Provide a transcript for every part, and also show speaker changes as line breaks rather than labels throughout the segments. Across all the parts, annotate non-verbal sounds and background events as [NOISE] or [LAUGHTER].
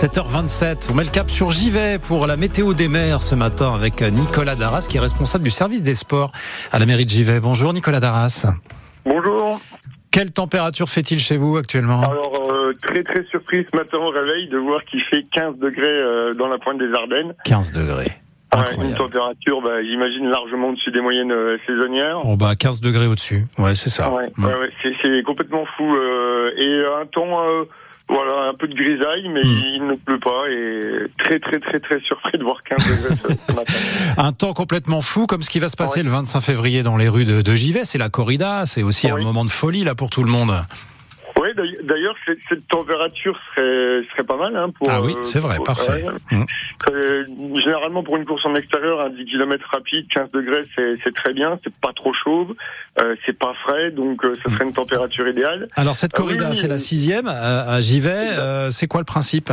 7h27, on met le cap sur Givet pour la météo des mers ce matin avec euh, Nicolas Darras qui est responsable du service des sports à la mairie de Givet. Bonjour Nicolas Darras.
Bonjour.
Quelle température fait-il chez vous actuellement
Alors, euh, très très surpris ce matin au réveil de voir qu'il fait 15 degrés euh, dans la pointe des Ardennes.
15 degrés.
Ouais,
Incroyable.
une température, bah, j'imagine, largement au-dessus des moyennes euh, saisonnières.
Bon bah 15 degrés au-dessus, ouais c'est ça.
Ouais,
Mm.
ouais, ouais, c'est, c'est complètement fou. euh, et un temps, euh, voilà, un peu de grisaille, mais
Mm.
il ne pleut pas. Et très très très très surpris de voir 15 degrés ce- ce matin.
[LAUGHS] Un temps complètement fou comme ce qui va se passer le 25 février dans les rues de, de Givet, c'est la corrida, c'est aussi un
Oui.
moment de folie là pour tout le monde.
Oui, d'ailleurs- d'ailleurs, cette, cette température serait, serait pas mal. Hein, pour,
Ah oui,
euh,
c'est vrai,
pour-
parfait. Mm.
Euh, généralement, pour une course en extérieur, un 10 km rapide, 15 degrés, c'est c'est très bien. C'est pas trop chaud, euh, c'est pas frais, donc euh, ça serait une température idéale.
Alors cette
Ah oui,
corrida,
oui,
c'est la
oui.
sixième à, à Givet, euh, c'est quoi le principe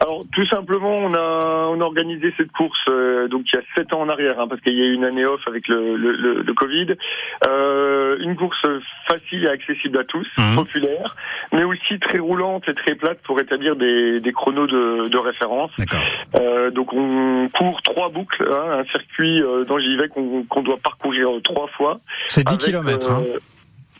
Alors, tout simplement, on a, on a organisé cette course euh, donc il y a 7 ans en arrière, hein, parce qu'il y a eu une année off avec le, le, le- le Covid. Euh, une course facile et accessible à tous,
Mhm.
populaire, mais aussi très roulante et très plate pour établir des, des chronos de, de référence.
D'accord.
Euh, donc on court trois boucles, hein, un circuit euh, dans Givet qu'on qu'on doit parcourir euh, trois fois.
C'est 10
Avec,
kilomètres. hein.
euh,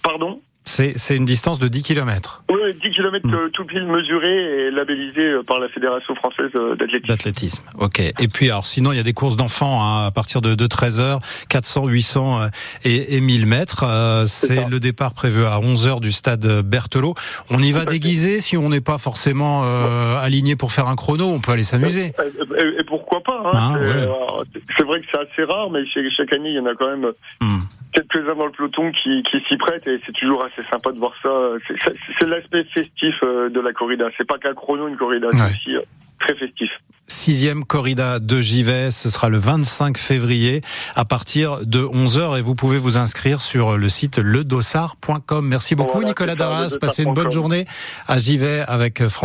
Pardon
C'est c'est une distance de 10 kilomètres
Oui, oui, 10 km
Mm.
euh, tout pile mesuré et labellisé euh, par la Fédération française euh, d'athlétisme.
d'athlétisme. Ok. Et puis alors sinon il y a des courses d'enfants hein, à partir de, de 13 h 400, 800 euh, et, et 1000 mètres. Euh, C'est
ça.
le départ prévu à 11 h du stade Berthelot. On y va
Tout à fait.
déguisé si on n'est pas forcément euh, aligné pour faire un chrono. On peut aller s'amuser.
Et, et- et pourquoi pas hein,
Ah,
C'est
ouais.
alors, c'est vrai que c'est assez rare, mais chaque, chaque année, il y en a quand même
Hmm.
quelques-uns dans le peloton qui, qui s'y prêtent et c'est toujours assez sympa de voir ça. C'est- C'est c'est l'aspect festif euh, de la corrida. C'est pas qu'un chrono, une corrida, c'est
Ouais.
aussi euh, très festif.
Sixième corrida de Givet, ce sera le 25 février à partir de 11h et vous pouvez vous inscrire sur le site ledossard.com. Merci beaucoup
Voilà,
Nicolas
c'est ça,
Darras, passez une bonne
ledossard.com.
journée à Givet avec François.